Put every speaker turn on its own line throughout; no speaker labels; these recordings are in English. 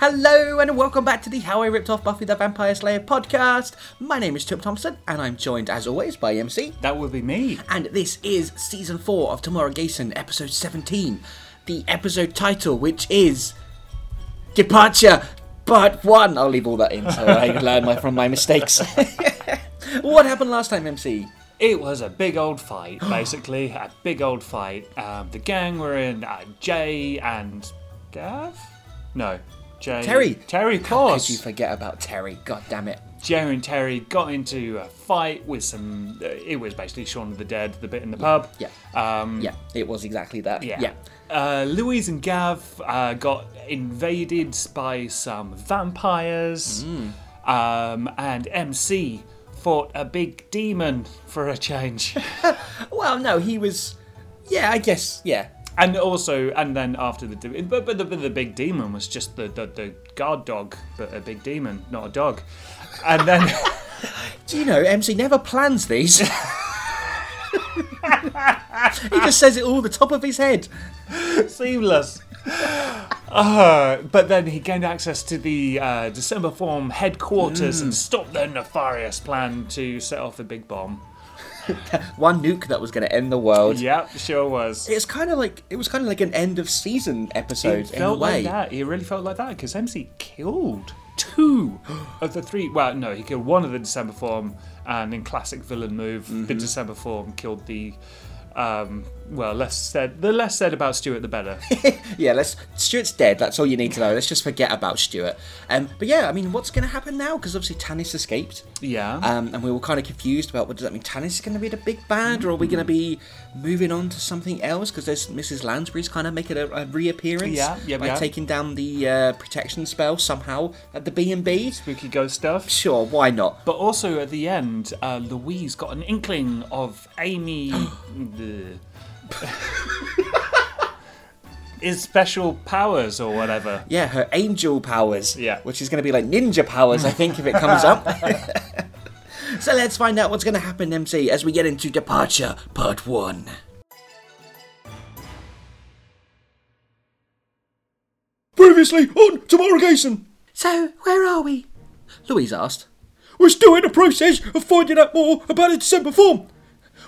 Hello and welcome back to the How I Ripped Off Buffy the Vampire Slayer podcast. My name is Tim Thompson and I'm joined as always by MC.
That would be me.
And this is season 4 of Tomorrow Gason, episode 17. The episode title, which is Departure Part 1. I'll leave all that in so I can learn my, from my mistakes. what happened last time, MC?
It was a big old fight, basically. a big old fight. Um, the gang were in uh, Jay and Gav? No. Jay.
Terry.
Terry, of
How could you
course.
forget about Terry? God damn it.
Jay and Terry got into a fight with some. Uh, it was basically Shaun of the Dead, the bit in the pub.
Yeah.
Um,
Yeah, it was exactly that.
Yeah.
yeah.
Uh, Louise and Gav uh, got invaded by some vampires.
Hmm.
Um, and MC fought a big demon for a change.
Well, no, he was. Yeah, I guess. Yeah.
and also, and then after the, de- but, but the but the big demon was just the, the the guard dog, but a big demon, not a dog. And then
Do you know MC never plans these? he just says it all the top of his head.
seamless. Uh, but then he gained access to the uh, December Form headquarters and stopped their nefarious plan to set off the big bomb.
One nuke that was going to end the world.
Yep, sure was.
It's kind of like it was kind of like an end of season episode
It
in a
felt
way.
like that. It really felt like that because MC killed two of the three. Well, no, he killed one of the December form, and in classic villain move,
Mm-hmm.
the December form killed the. Um, well, less said. The less said about Stuart, the better.
Yeah, let's. Stuart's dead. That's all you need to know. Let's just forget about Stuart. Um, but yeah, I mean, what's going to happen now? Because obviously Tannis escaped.
Yeah.
Um, and we were kind of confused about what does that mean? Tannis is going to be the big bad, or are we going to be moving on to something else? Because there's Mrs. Lansbury's kind of making a, a reappearance
Yeah, yeah,
by
yeah.
taking down the uh, protection spell somehow at the B and B.
Spooky ghost stuff.
Sure, why not?
But also at the end, uh, Louise got an inkling of Amy. the his special powers or whatever.
Yeah, her angel powers.
Yeah.
Which is going to be like ninja powers, I think, if it comes up. so let's find out what's going to happen, MC, as we get into Departure Part 1. Previously on Tomorrow Gason. So, where are we? Louise asked. We're still in the process of finding out more about the December form.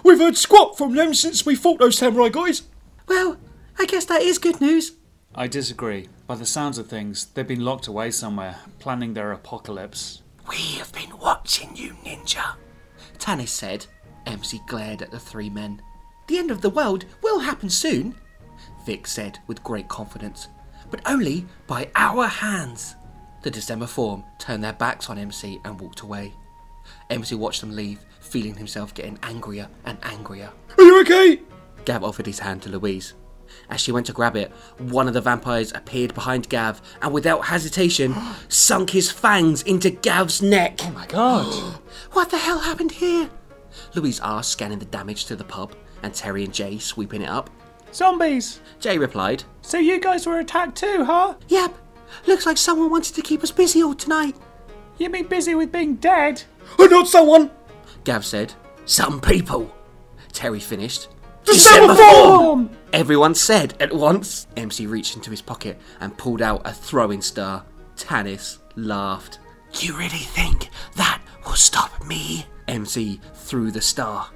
We've heard squat from them since we fought those samurai guys. Well, I guess that is good news,
I disagree. By the sounds of things, they've been locked away somewhere, planning their apocalypse.
We have been watching you, ninja. Tannis said. MC glared at the three men. The end of the world will happen soon, Vic said with great confidence, but only by our hands. The December form turned their backs on MC and walked away. MC watched them leave, feeling himself getting angrier and angrier. Are you okay? Gav offered his hand to Louise. As she went to grab it, one of the vampires appeared behind Gav and without hesitation sunk his fangs into Gav's neck. Oh my
God.
what the hell happened here? Louise asked, scanning the damage to the pub, and Terry and Jay sweeping it up.
Zombies!
Jay replied,
So you guys were attacked too, huh?
Yep, looks like someone wanted to keep us busy all tonight.
You've been busy with being dead.
I not someone.
Gav said, Some people. Terry finished,
December form!
Everyone said at once. MC reached into his pocket and pulled out a throwing star. Tannis laughed. You really think that will stop me? MC threw the star.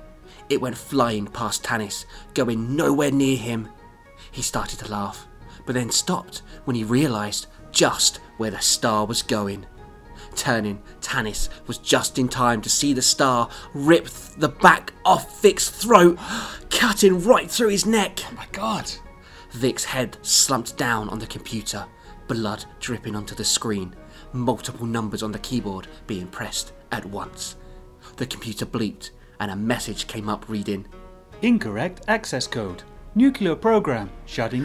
It went flying past Tannis, going nowhere near him. He started to laugh, but then stopped when he realised just where the star was going. Turning, Tannis was just in time to see the star rip th- the back off Vic's throat, cutting right through his neck.
My god.
Vic's head slumped down on the computer, blood dripping onto the screen, multiple numbers on the keyboard being pressed at once. The computer bleeped, and a message came up reading.
Incorrect access code. Nuclear program shutting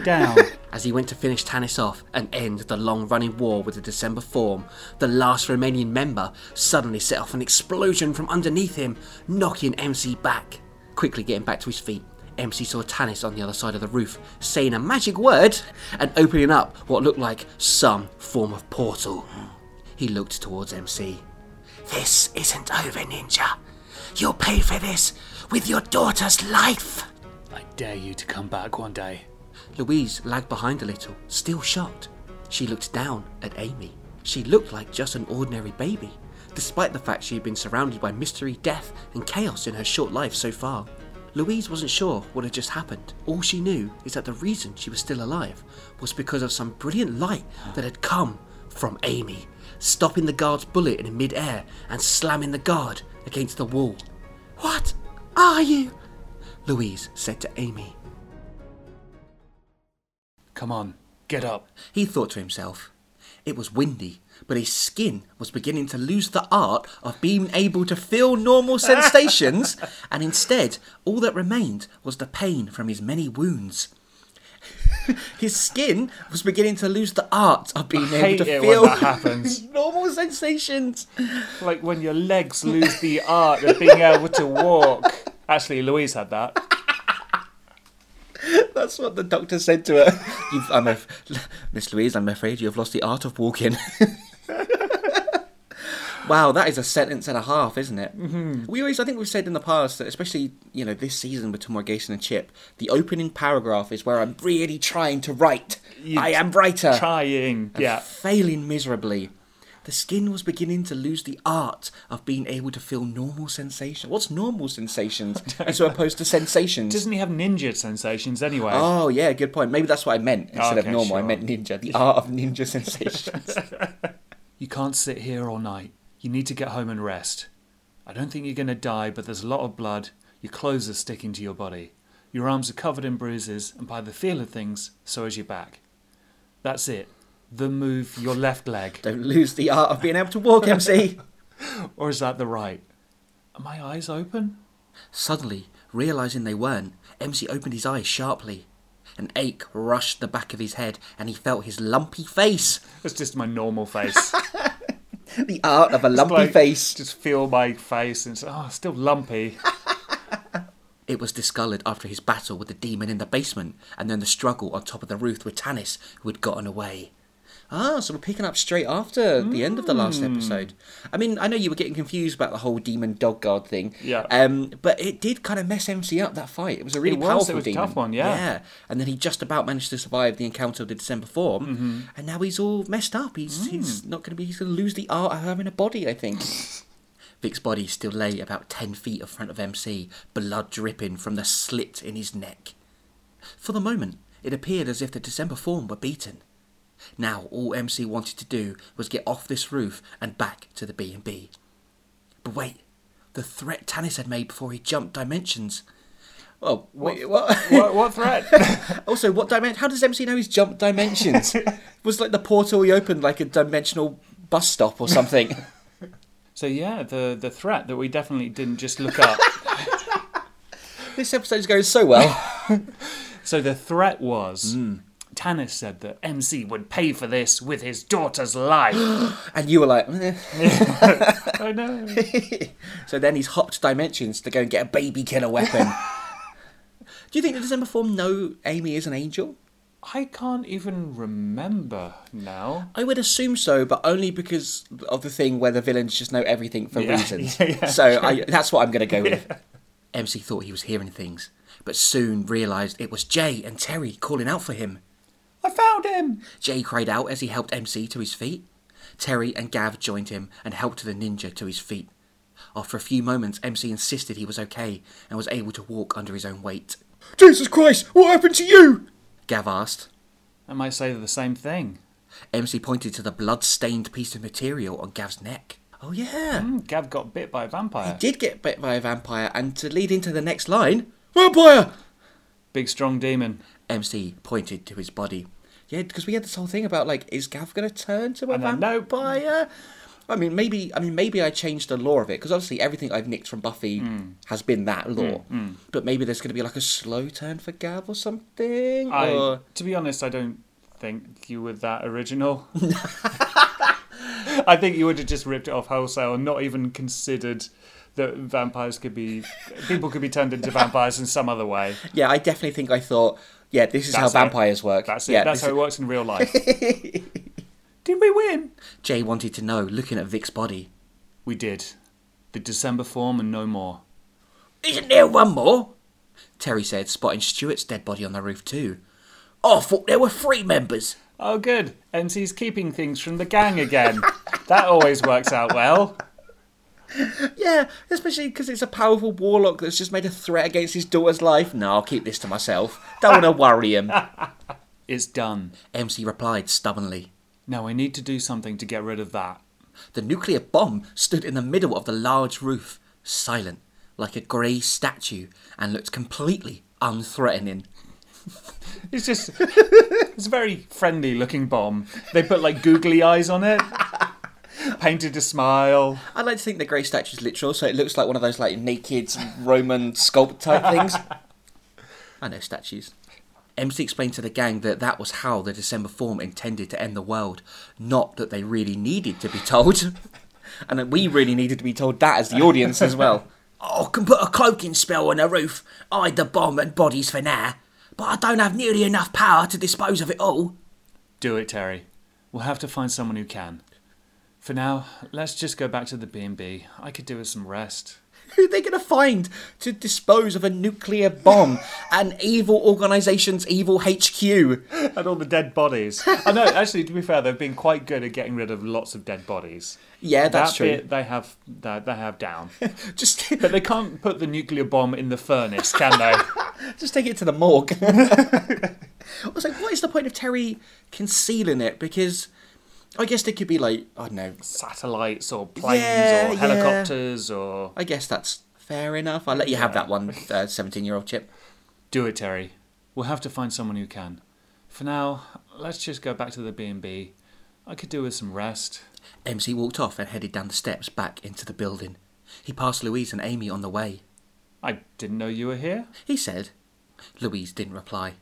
down.
As he went to finish Tannis off and end the long running war with the December form, the last Romanian member suddenly set off an explosion from underneath him, knocking MC back. Quickly getting back to his feet, MC saw Tannis on the other side of the roof, saying a magic word and opening up what looked like some form of portal. He looked towards MC. This isn't over, Ninja. You'll pay for this with your daughter's life.
I dare you to come back one day.
Louise lagged behind a little, still shocked. She looked down at Amy. She looked like just an ordinary baby, despite the fact she had been surrounded by mystery, death, and chaos in her short life so far. Louise wasn't sure what had just happened. All she knew is that the reason she was still alive was because of some brilliant light that had come from Amy, stopping the guard's bullet in mid-air and slamming the guard against the wall. What are you? Louise said to Amy.
Come on, get up.
He thought to himself. It was windy, but his skin was beginning to lose the art of being able to feel normal sensations, and instead, all that remained was the pain from his many wounds. his skin was beginning to lose the art of being
I
able
hate
to
it
feel
when that happens.
normal sensations.
Like when your legs lose the art of being able to walk. Actually, Louise had that.
That's what the doctor said to her. You've, I'm af- Miss Louise, I'm afraid you have lost the art of walking. wow, that is a sentence and a half, isn't it? Mm-hmm. We always, I think we've said in the past that, especially you know, this season with Tamar Gason and Chip, the opening paragraph is where I'm really trying to write.
You
I am writer.
Trying. Yeah.
Failing miserably. The skin was beginning to lose the art of being able to feel normal sensations. What's normal sensations as opposed to sensations?
Doesn't he have ninja sensations anyway?
Oh yeah, good point. Maybe that's what I meant instead of
Okay,
normal. I
sure.
meant ninja. The art of ninja sensations.
You can't sit here all night. You need to get home and rest. I don't think you're going to die, but there's a lot of blood. Your clothes are sticking to your body. Your arms are covered in bruises, and by the feel of things, so is your back. That's it. The move your left leg.
Don't lose the art of being able to walk, MC.
Or is that the right? Are my eyes open?
Suddenly, realizing they weren't, MC opened his eyes sharply. An ache rushed the back of his head, and he felt his lumpy face.
That's just my normal face.
The art of a lumpy
Like,
face.
Just feel my face and say, oh, it's still lumpy.
It was discoloured after his battle with the demon in the basement, and then the struggle on top of the roof with Tanis, who had gotten away. Ah, so we're picking up straight after the end of the last episode. I mean, I know you were getting confused about the whole demon dog guard thing.
Yeah.
Um, but it did kind of mess MC up that fight. It was a really
It was, it
powerful
was a
demon.
tough one, yeah.
Yeah. And then he just about managed to survive the encounter of the December form,
Mm-hmm.
and now he's all messed up.
Mm.
He's he's not going to be. He's going to lose the art of having a body. I think. Vic's body still lay about 10 feet in front of MC, blood dripping from the slit in his neck. For the moment, it appeared as if the December form were beaten. Now all MC wanted to do was get off this roof and back to the B&B. But wait, the threat Tanis had made before he jumped dimensions. Oh, wait, what?
what, what threat?
also, what dimension? How does MC know he's jumped dimensions? was like the portal he opened like a dimensional bus stop or something.
so, yeah, the, the threat that we definitely didn't just look up.
this episode's going so well.
So the threat was Tannis said that MC would pay for this with his daughter's life.
And you were like, "Eh."
oh no.
so then he's hopped dimensions to go and get a baby killer weapon. Do you think the December form know Amy is an angel?
I can't even remember now.
I would assume so, but only because of the thing where the villains just know everything for
Yeah,
reasons.
yeah, yeah,
so I, that's what I'm going to go with. MC thought he was hearing things, but soon realised it was Jay and Terry calling out for him.
I found him!
Jay cried out as he helped MC to his feet. Terry and Gav joined him and helped the ninja to his feet. After a few moments, MC insisted he was okay and was able to walk under his own weight.
Jesus Christ, what happened to you?
Gav asked.
I might say the same thing.
MC pointed to the blood-stained piece of material on Gav's neck. Oh yeah,
Hmm, Gav got bit by a vampire.
did get bit by a vampire, and to lead into the next line,
Vampire!
Big strong demon.
MC pointed to his body. Yeah, because we had this whole thing about like, is Gav gonna turn to a
And then, no.
vampire? I mean, maybe. I mean, maybe I changed the law of it because obviously everything I've nicked from Buffy has been that law. But maybe there's gonna be like a slow turn for Gav or something.
I,
or...
to be honest, I don't think you were that original. I think you would have just ripped it off wholesale and not even considered that vampires could be people could be turned into vampires in some other way.
Yeah, I definitely think I thought. Yeah, this is how
That's it.
vampires work.
That's it.
Yeah,
That's
this
how it works in real life. did we win?
Jay wanted to know, looking at Vic's body.
We did. The December form and no more.
Isn't there one more? Terry said, spotting Stuart's dead body on the roof too. I thought there were three members.
Oh, good. MC's keeping things from the gang again. that always works out well.
Yeah, especially because it's a powerful warlock that's just made a threat against his daughter's life. No, I'll keep this to myself. Don't want to worry him.
It's done.
MC replied stubbornly.
Now I need to do something to get rid of that.
The nuclear bomb stood in the middle of the large roof, silent, like a grey statue, and looked completely unthreatening.
It's just, it's a very friendly looking bomb. They put like googly eyes on it, painted a smile.
I like to think the grey statue's literal, so it looks like one of those like naked Roman sculpt type things. I know statues. MC explained to the gang that that was how the December form intended to end the world, not that they really needed to be told, and that we really needed to be told that as the audience as well. Oh, I can put a cloaking spell on the roof, hide the bomb and bodies for now, but I don't have nearly enough power to dispose of it all.
Do it, Terry. We'll have to find someone who can. For now, let's just go back to the B&B. I could do with some rest.
Who are they going to find to dispose of a nuclear bomb? An evil organisation's evil HQ.
And all the dead bodies. I know, actually, to be fair, they've been quite good at getting rid of lots of dead bodies.
Yeah, that's
that
true.
Bit they have that they have down.
Just,
But they can't put the nuclear bomb in the furnace, can they?
just take it to the morgue. I was like, what is the point of Terry concealing it? Because I guess there could be like, I don't know.
Satellites or planes
Yeah,
or
yeah.
helicopters or
I guess that's fair enough. I'll let you have that one, uh, 17-year-old chip.
Do it, Terry. We'll have to find someone who can. For now, let's just go back to the B&B. I could do with some rest.
MC walked off and headed down the steps back into the building. He passed Louise and Amy on the way.
I didn't know you were here.
He said. Louise didn't reply.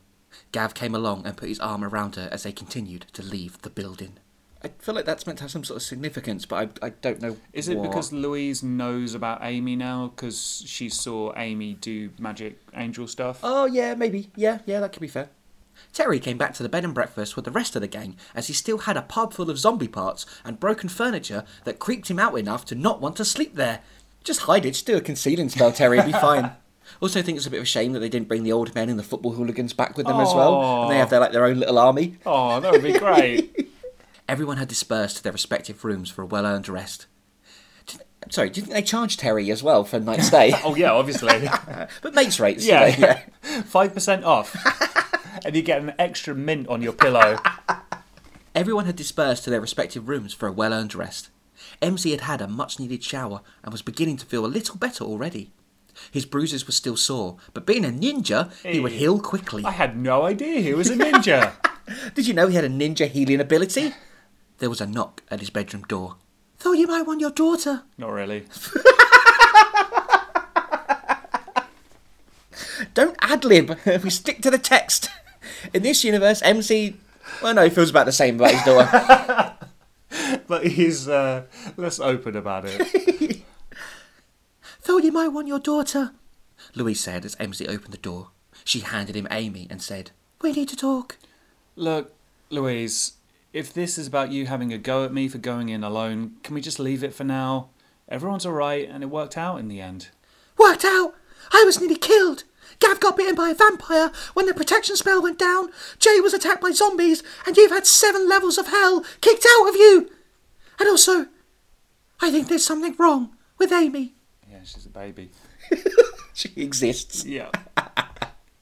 Gav came along and put his arm around her as they continued to leave the building. I feel like that's meant to have some sort of significance, but I, I don't know.
Is it
what.
because Louise knows about Amy now because she saw Amy do magic angel stuff?
Oh, yeah, maybe. Yeah, yeah, that could be fair. Terry came back to the bed and breakfast with the rest of the gang as he still had a pub full of zombie parts and broken furniture that creeped him out enough to not want to sleep there. Just hide it, just do a concealing spell, Terry, it'd be fine. Also, think it's a bit of a shame that they didn't bring the old men and the football hooligans back with them as well, and they have their like their own little army.
Oh, that would be great.
Everyone had dispersed to their respective rooms for a well earned rest. Do you- I'm Sorry, do you think they charged Terry as well for a night stay?
oh, yeah, obviously.
but mates rates, you know,
Yeah. 5% off. and you get an extra mint on your pillow.
Everyone had dispersed to their respective rooms for a well earned rest. MC had had a much needed shower and was beginning to feel a little better already. His bruises were still sore, but being a ninja, he would
Hey.
heal quickly.
I had no idea he was a ninja.
Did you know he had a ninja healing ability? There was a knock at his bedroom door. Thought you might want your daughter.
Not really.
Don't ad lib. we stick to the text. In this universe, MC. Well, no, he feels about the same about his daughter.
But he's uh, less open about it.
Thought you might want your daughter. Louise said as MC opened the door. She handed him Amy and said, We need to talk.
Look, Louise, if this is about you having a go at me for going in alone, can we just leave it for now? Everyone's alright, and it worked out in the end.
Worked out! I was nearly killed! Gav got bitten by a vampire when the protection spell went down, Jay was attacked by zombies, and you've had seven levels of hell kicked out of you! And also, I think there's something wrong with Amy.
Yeah, she's a baby.
She exists.
Yeah.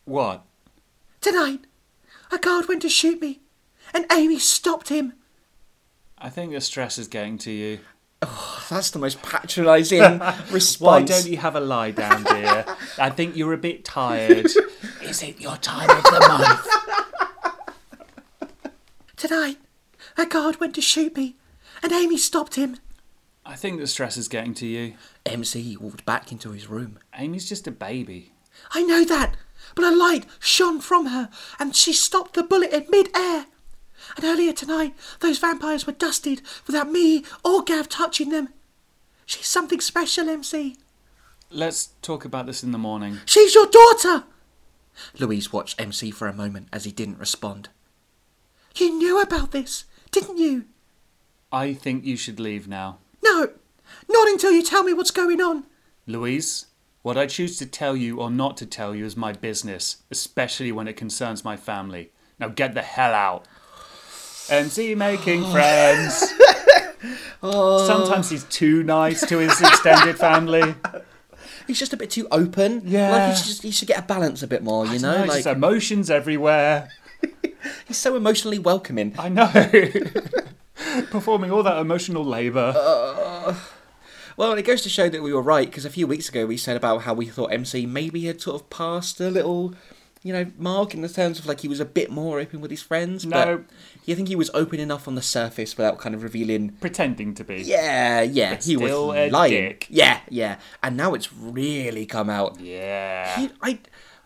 what?
Tonight, a guard went to shoot me, and Amy stopped him.
I think the stress is getting to you.
That's the most patronising response.
Why don't you have a lie down, dear? I think you're a bit tired. is it your time of the month?
Tonight, a guard went to shoot me, and Amy stopped him.
I think the stress is getting to you.
MC walked back into his room.
Amy's just a baby.
I know that, but a light shone from her, and she stopped the bullet in mid-air. And earlier tonight, those vampires were dusted without me or Gav touching them. She's something special, MC.
Let's talk about this in the morning.
She's your daughter! Louise watched MC for a moment as he didn't respond. You knew about this, didn't you?
I think you should leave now.
No, not until you tell me what's going on.
Louise, what I choose to tell you or not to tell you is my business, especially when it concerns my family. Now get the hell out. MC making friends. Sometimes he's too nice to his extended family.
He's just a bit too open.
Yeah.
like he should, he should get a balance a bit more. You know,
No,
like
just emotions everywhere.
he's so emotionally welcoming.
I know. Performing all that emotional labour.
Well, it goes to show that we were right because a few weeks ago we said about how we thought MC maybe had sort of passed a little, you know, mark in the terms of like he was a bit more open with his friends.
No.
But you think he was open enough on the surface without kind of revealing?
pretending to be.
Yeah, yeah, he
still a
was lying.
dick.
Yeah, yeah, and now it's really come out.
Yeah.
He, I,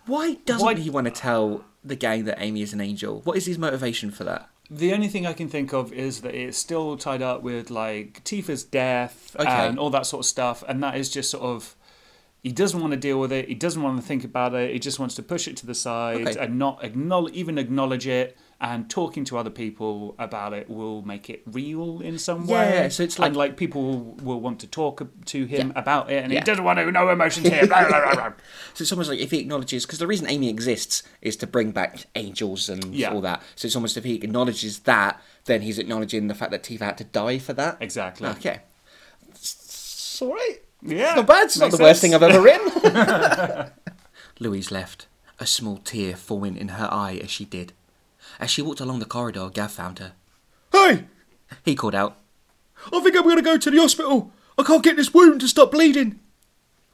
why doesn't
Why-
he want to tell the gang that Amy is an angel? What is his motivation for that?
The only thing I can think of is that it's still tied up with like Tifa's death
Okay.
and all that sort of stuff, and that is just sort of he doesn't want to deal with it. He doesn't want to think about it. He just wants to push it to the side
Okay.
and not acknowledge, even acknowledge it. And talking to other people about it will make it real in some way.
Yeah, so it's
and
like-
like people will want to talk to him
Yeah.
about it, and
Yeah.
he doesn't want to. No emotions here. blah, blah, blah, blah.
So it's almost like if he acknowledges, because the reason Amy exists is to bring back angels and
Yeah.
all that. So it's almost if he acknowledges that, then he's acknowledging the fact that Tifa had to die for that.
Exactly.
Okay. It's all right.
Yeah,
It's not bad. It's not the
makes
worst
sense.
thing I've ever written. Louise left, a small tear forming in her eye as she did. As she walked along the corridor, Gav found her.
Hey,
He called out,
I think I'm going to go to the hospital. I can't get this wound to stop bleeding.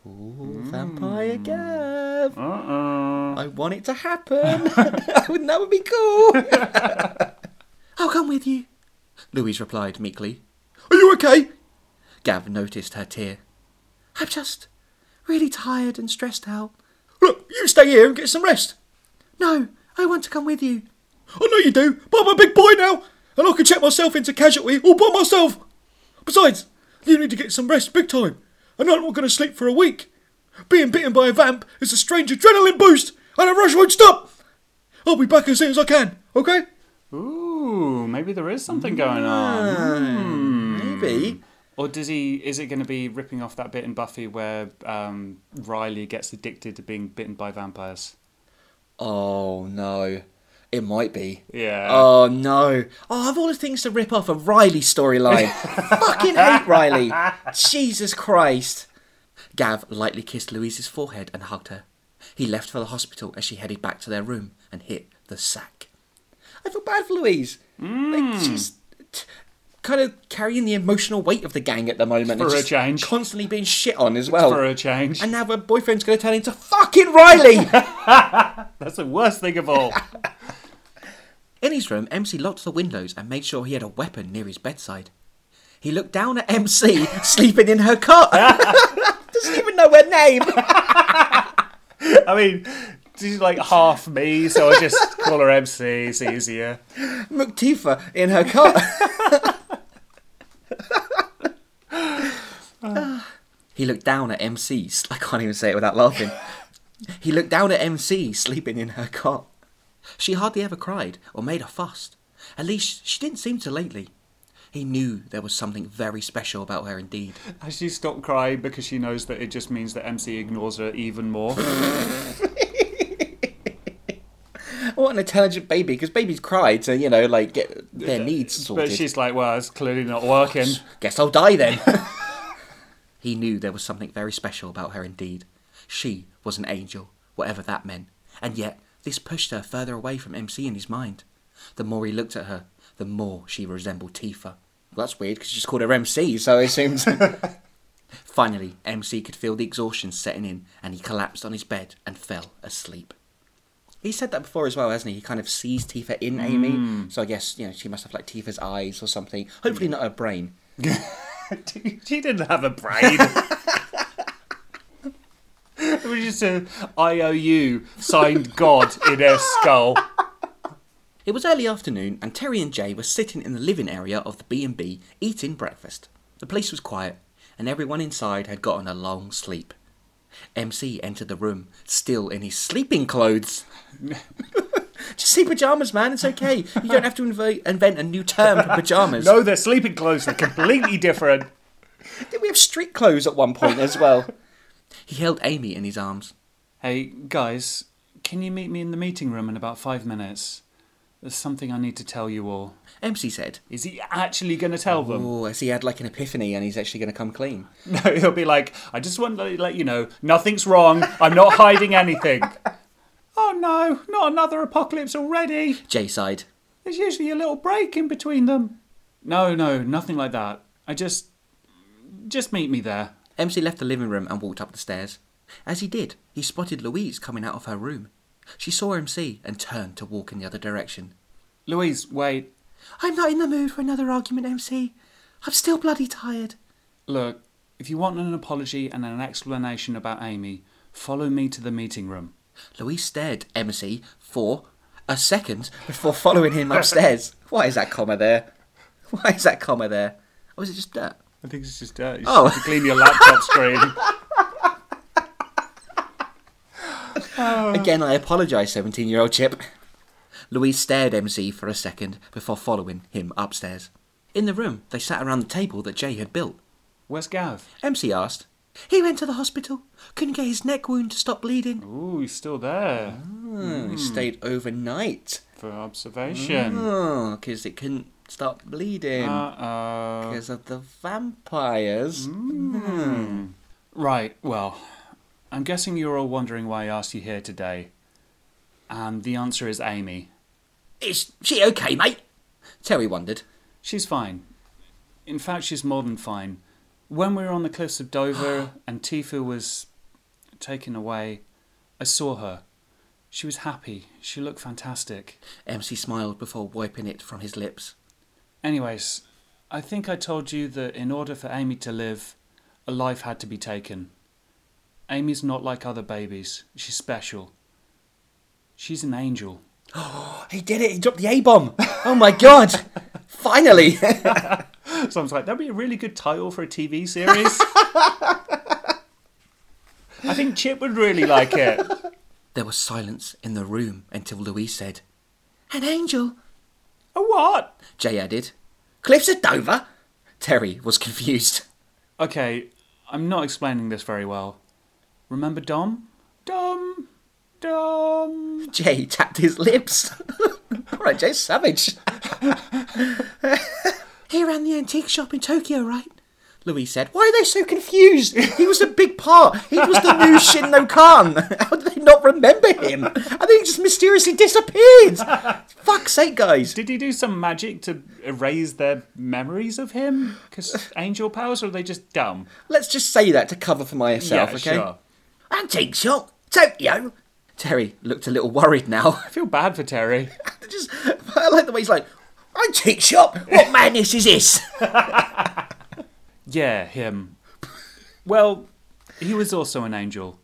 Ooh, Vampire
Hmm.
Gav!
Uh-uh.
I want it to happen. that, would, that would be cool. I'll come with you, Louise replied meekly.
Are you okay?
Gav noticed her tear. I'm just really tired and stressed out.
Look, you stay here and get some rest.
No, I want to come with you.
I know you do, but I'm a big boy now, and I can check myself into casualty all by myself. Besides, you need to get some rest big time, and I'm not going to sleep for a week. Being bitten by a vamp is a strange adrenaline boost, and a rush won't stop. I'll be back as soon as I can, okay?
Ooh, maybe there is something going on.
Maybe.
Or does he? Is it going to be ripping off that bit in Buffy where um, Riley gets addicted to being bitten by vampires?
Oh no. It might be.
Yeah.
Oh no. Oh, I've all the things to rip off a Riley storyline. Fucking hate Riley. Jesus Christ. Gav lightly kissed Louise's forehead and hugged her. He left for the hospital as she headed back to their room and hit the sack. I feel bad for Louise.
Hmm.
Like, she's t- kind of carrying the emotional weight of the gang at the moment. and
For a
just
change.
Constantly being shit on as well.
For a change.
Oh. and now her boyfriend's going to turn into fucking Riley!
That's the worst thing of all.
In his room, MC locked the windows and made sure he had a weapon near his bedside. He looked down at MC sleeping in her cot. Doesn't even know her name.
I mean, she's like half me, so I just call her MC. It's easier.
McTifa in her cot. he looked down at MC. s- I can't even say it without laughing. He looked down at MC sleeping in her cot. She hardly ever cried or made a fuss. At least she didn't seem to lately. He knew there was something very special about her indeed.
Has she stopped crying because she knows that it just means that MC ignores her even more?
What an intelligent baby, because babies cry to, you know, like get their needs sorted.
but she's like, well, it's clearly not working.
Guess I'll die then. he knew there was something very special about her indeed. She was an angel, whatever that meant. And yet, this pushed her further away from MC in his mind. The more he looked at her, the more she resembled Tifa. Well, that's weird, because she just called her MC, so I assumed. Finally, MC could feel the exhaustion setting in, and he collapsed on his bed and fell asleep. He said that before as well, hasn't he? He kind of sees Tifa in Amy, so I guess you know she must have like Tifa's eyes or something. Hopefully, not her brain.
she didn't have a brain. it was just a IOU signed God in her skull.
It was early afternoon, and Terry and Jay were sitting in the living area of the B&B eating breakfast. The place was quiet, and everyone inside had gotten a long sleep. MC entered the room, still in his sleeping clothes. Just say pajamas, man. It's okay. You don't have to invo- invent a new term for pajamas.
No, their sleeping clothes are completely different.
Did we have street clothes at one point as well? he held Amy in his arms.
Hey, guys, can you meet me in the meeting room in about five minutes? There's something I need to tell you all.
MC said.
Is he actually going to tell them?
Oh, has he had like an epiphany and he's actually going to come clean?
No, he'll be like, I just want to let you know, nothing's wrong. I'm not hiding anything. oh no, not another apocalypse already.
J sighed.
There's usually a little break in between them. No, no, nothing like that. I just. Just meet me there.
MC left the living room and walked up the stairs. As he did, he spotted Louise coming out of her room. She saw MC and turned to walk in the other direction.
Louise, wait.
I'm not in the mood for another argument, MC. I'm still bloody tired.
Look, if you want an apology and an explanation about Amy, follow me to the meeting room.
Louise stared at MC for a second before following him upstairs. Why is that comma there? Why is that comma there? Or is it just dirt?
I think it's just dirty.
Oh.
to clean your laptop screen.
Again, I apologise, 17 year old Chip. Louise stared MC for a second before following him upstairs. In the room, they sat around the table that Jay had built.
Where's Gav?
MC asked, He went to the hospital. Couldn't get his neck wound to stop bleeding.
Ooh, he's still there
Oh, He stayed overnight.
for observation.
Oh, because it couldn't stop bleeding.
Uh-oh.
because of the vampires.
Right, well, I'm guessing you're all wondering why I asked you here today. And the answer is Amy.
Is she okay, mate? Terry wondered.
She's fine. In fact, she's more than fine. When we were on the cliffs of Dover and Tifu was taken away, I saw her. She was happy. She looked fantastic.
MC smiled before wiping it from his lips.
Anyways, I think I told you that in order for Amy to live, a life had to be taken. Amy's not like other babies. She's special. She's an angel.
He did it! He dropped the A bomb! Oh my god! Finally!
So I was like, that'd be a really good title for a TV series. I think Chip would really like it.
there was silence in the room until Louise said, An angel!
A what?
Jay added, Cliffs of Dover? Terry was confused.
Okay, I'm not explaining this very well. Remember Dom? Dom, Dom.
Jay tapped his lips. right, Jay's savage. he ran the antique shop in Tokyo, right? Louise said, Why are they so confused? He was a big part. He was the new Shinno Khan. How did they not remember him? And then he just mysteriously disappeared. Fuck's sake, guys.
Did he do some magic to erase their memories of him? Because angel powers, or are they just dumb?
Let's just say that to cover for myself,
yeah,
okay?
sure.
Antique shop, Tokyo. Terry looked a little worried now.
I feel bad for Terry.
just, I like the way he's like, Antique shop? What madness is this?
Yeah, him. Well, he was also an angel.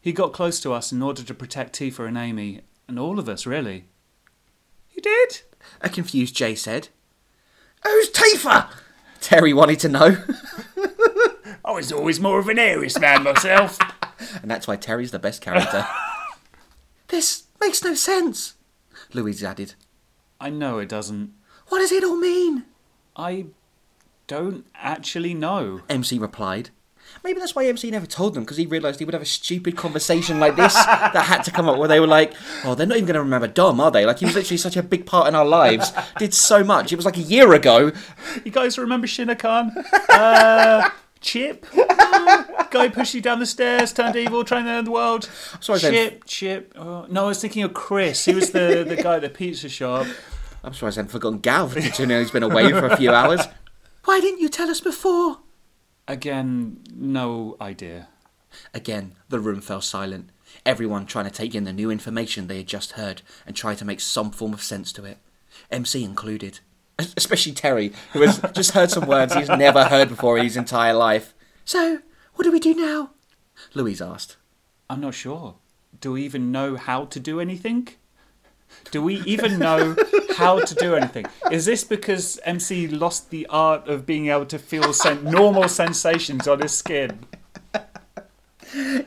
He got close to us in order to protect Tifa and Amy, and all of us, really. He did?
A confused Jay said. Who's Tifa? Terry wanted to know.
I was Oh, always more of an Aries man myself.
and that's why Terry's the best character. this makes no sense, Louise added.
I know it doesn't.
What does it all mean?
I don't actually know.
MC replied. Maybe that's why MC never told them, because he realised he would have a stupid conversation like this that had to come up where they were like, oh, they're not even going to remember Dom, are they? Like, he was literally such a big part in our lives, did so much. It was like a year ago.
You guys remember Shinnokan? Uh, Chip? Uh, guy pushed you down the stairs, turned evil, trying to end the world.
Sorry, Dave.
Chip, Chip. Oh, no, I was thinking of Chris. He was the, the guy at the pizza shop.
I'm surprised I haven't forgotten Gav, considering he's been away for a few hours. Why didn't you tell us before?
Again, no idea.
Again, the room fell silent, everyone trying to take in the new information they had just heard and try to make some form of sense to it, MC included. Especially Terry, who has just heard some words he's never heard before in his entire life. So, what do we do now? Louise asked.
I'm not sure. Do we even know how to do anything? Do we even know how to do anything? Is this because MC lost the art of being able to feel sen- normal sensations on his skin?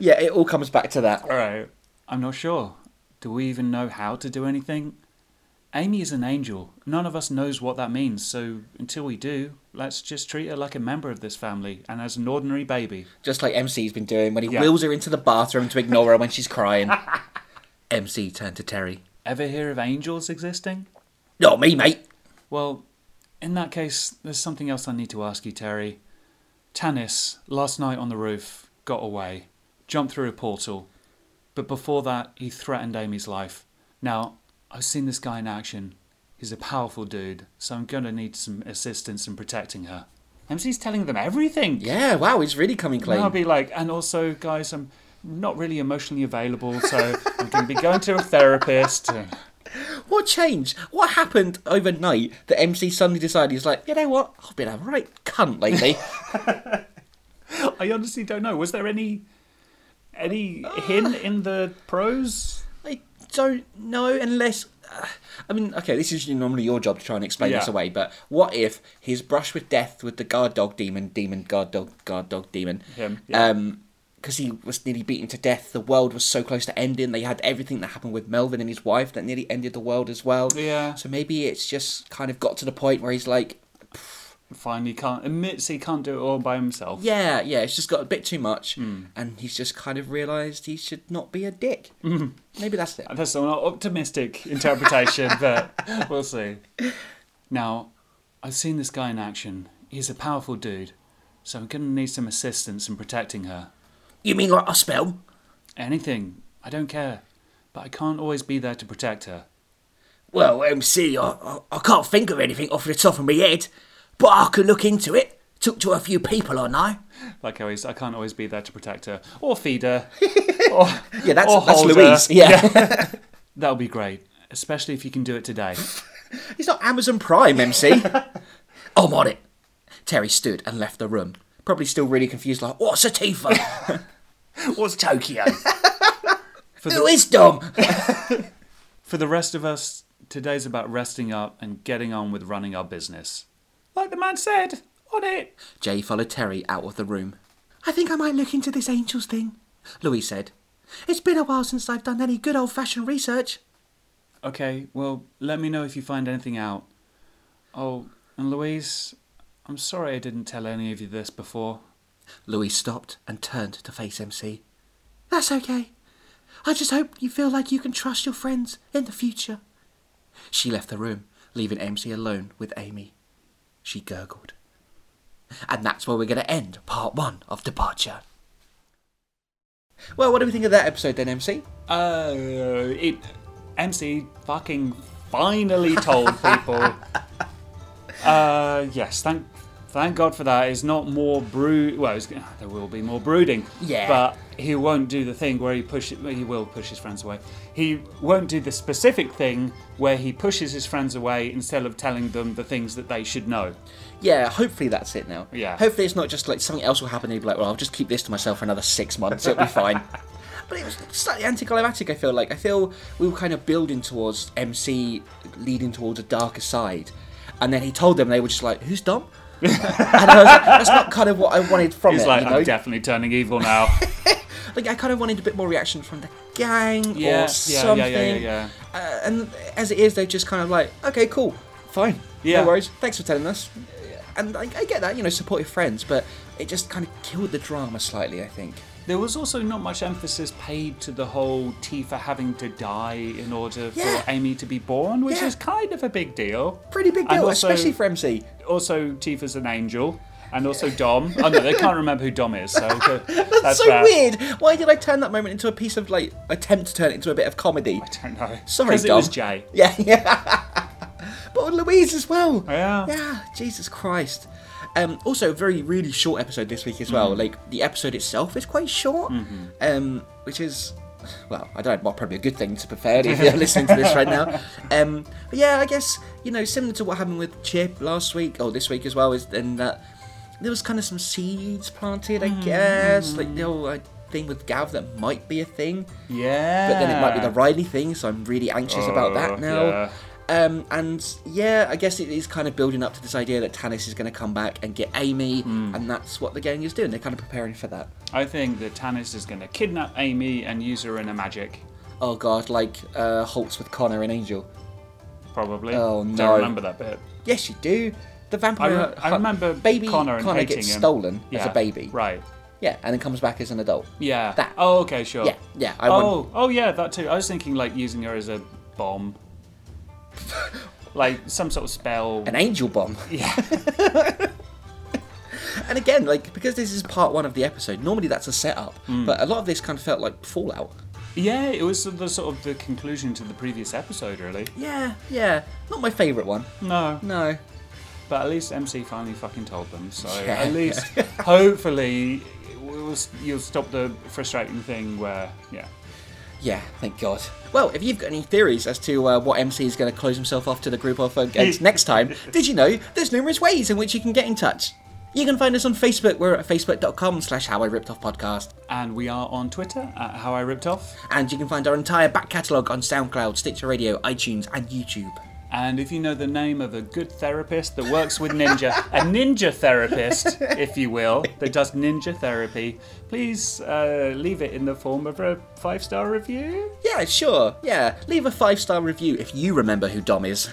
Yeah, it all comes back to that.
All right. I'm not sure. Do we even know how to do anything? Amy is an angel. None of us knows what that means, so until we do, let's just treat her like a member of this family and as an ordinary baby.
Just like MC's been doing when he
Yeah.
wheels her into the bathroom to ignore her when she's crying. MC turned to Terry.
Ever hear of angels existing?
Not me, mate.
Well, in that case, there's something else I need to ask you, Terry. Tanis, last night on the roof, got away, jumped through a portal, but before that, he threatened Amy's life. Now, I've seen this guy in action. He's a powerful dude, so I'm going to need some assistance in protecting her. MC's telling them everything.
Yeah, wow, he's really coming clean.
And I'll be like, and also, guys, I'm not really emotionally available, so I'm going to be going to a therapist.
What changed? What happened overnight that MC suddenly decided he's like, you know what? I've been a right cunt lately.
I honestly don't know. Was there any any hint in the prose?
I don't know unless. Uh, I mean, okay, this is normally your job to try and explain this
Yeah.
away, but what if his brush with death with the guard dog demon, demon, guard dog, guard dog demon?
Him, yeah.
because he was nearly beaten to death, the world was so close to ending. They had everything that happened with Melvin and his wife that nearly ended the world as well.
Yeah.
So maybe it's just kind of got to the point where he's like,
Finally, can't admits he can't do it all by himself.
Yeah, yeah, it's just got a bit too much, and he's just kind of realised he should not be a dick. Mm. Maybe that's it.
That's an optimistic interpretation, but we'll see. Now, I've seen this guy in action. He's a powerful dude, so I'm going to need some assistance in protecting her.
You mean like a spell?
Anything, I don't care, but I can't always be there to protect her.
Well, MC, I, I, I can't think of anything off the top of my head, but I can look into it. Talk to a few people I know.
Like I always, I can't always be there to protect her or feed her.
Yeah, that's,
Or
that's
hold
Louise.
her.
Yeah.
That'll be great, especially if you can do it today.
he's not Amazon Prime, MC. I'm on it. Terry stood and left the room, probably still really confused, like, what's a Tifa?
What's Tokyo?
Who is Dom?
For the rest of us, today's about resting up and getting on with running our business. Like the man said, on it.
Jay followed Terry out of the room. I think I might look into this angels thing, Louis said. It's been a while since I've done any good old fashioned research.
Okay, well, let me know if you find anything out. Oh, and Louise, I'm sorry I didn't tell any of you this before.
Louis stopped and turned to face MC. That's okay. I just hope you feel like you can trust your friends in the future. She left the room, leaving MC alone with Amy. She gurgled. And that's where we're going to end part one of Departure. Well, what do we think of that episode then, MC?
Uh, it. MC fucking finally told people. uh, yes, thank. Thank God for that. It's not more brood. Well, it's, there will be more brooding.
Yeah.
But he won't do the thing where he push. He will push his friends away. He won't do the specific thing where he pushes his friends away instead of telling them the things that they should know.
Yeah, hopefully that's it now.
Yeah.
Hopefully it's not just like something else will happen and you'll be like, well, I'll just keep this to myself for another six months, it'll be fine. But it was slightly anticlimactic, I feel like. I feel we were kind of building towards MC leading towards a darker side. And then he told them, they were just like, who's Dom? and I was like, that's not kind of what I wanted from
He's
it.
like,
you know?
I'm definitely turning evil now.
like, I kind of wanted a bit more reaction from the gang
Yeah, yeah, yeah,
or something.
yeah, yeah, yeah.
Uh, and as it is, they're just kind of like, okay, cool, fine,
Yeah.
no worries, thanks for telling us. And I, I get that, you know, support your friends, but it just kind of killed the drama slightly, I think.
There was also not much emphasis paid to the whole Tifa having to die in order
Yeah.
for Amy to be born, which
Yeah.
is kind of a big deal.
Pretty big
And
deal,
also-
especially for MC.
Also, Tifa's an angel, and also Dom. Oh no, they can't remember who Dom is, so that's,
That's so
bad.
weird. Why did I turn that moment into a piece of like attempt to turn it into a bit of comedy?
I don't know.
Sorry,
because
Dom.
it was Jay.
Yeah, yeah. but with Louise as well.
Yeah.
Yeah, Jesus Christ. Um, also, a very, really short episode this week as well.
Mm.
Like, the episode itself is quite short,
Mm-hmm.
um, which is, well, I don't know, well, probably a good thing to be fair if you're listening to this right now. Um, but yeah, I guess, you know, similar to what happened with Chip last week, or this week as well, is in that there was kind of some seeds planted, I
Mm-hmm.
guess. Like, the whole like, thing with Gav that might be a thing
Yeah.
but then it might be the Riley thing, so I'm really anxious about
Oh,
that now.
yeah.
Um, and yeah, I guess it is kind of building up to this idea that Tanis is going to come back and get Amy,
Hmm.
and that's what the gang is doing. They're kind of preparing for that.
I think that Tanis is going to kidnap Amy and use her in a magic,
Oh god, like uh, Holtz with Connor and Angel.
probably.
Oh, no.
Don't remember that bit.
Yes, you do. The
I,
vampire.
re- I
Hunt-
remember
baby
Connor and hating
gets
him.
stolen as
Yeah,
a baby.
Right.
Yeah, and then comes back as an adult.
Yeah.
That.
Oh, okay, sure.
Yeah, yeah, I
oh, oh, yeah, that too. I was thinking like using her as a bomb. like some sort of spell.
an angel bomb. Yeah. and again, like because this is part one of the episode, normally that's a setup, but a lot of this kind of felt like Fallout.
Yeah, it was the sort of the conclusion to the previous episode, really.
Yeah, yeah, not my favourite one.
No,
No.
but at least MC finally fucking told them. So
Yeah.
at least, hopefully, it will, you'll stop the frustrating thing where, yeah.
Yeah, thank God. Well, if you've got any theories as to uh, what MC is going to close himself off to the group of uh, against next time, did you know there's numerous ways in which you can get in touch? You can find us on Facebook. We're at facebook.com slash how I ripped off podcast.
And we are on Twitter at How I Ripped Off.
And you can find our entire back catalogue on SoundCloud, Stitcher Radio, iTunes, and YouTube.
And if you know the name of a good therapist that works with ninja, a ninja therapist, if you will, that does ninja therapy, please uh, leave it in the form of a five star review.
Yeah, sure. Yeah, leave a five star review if you remember who Dom is.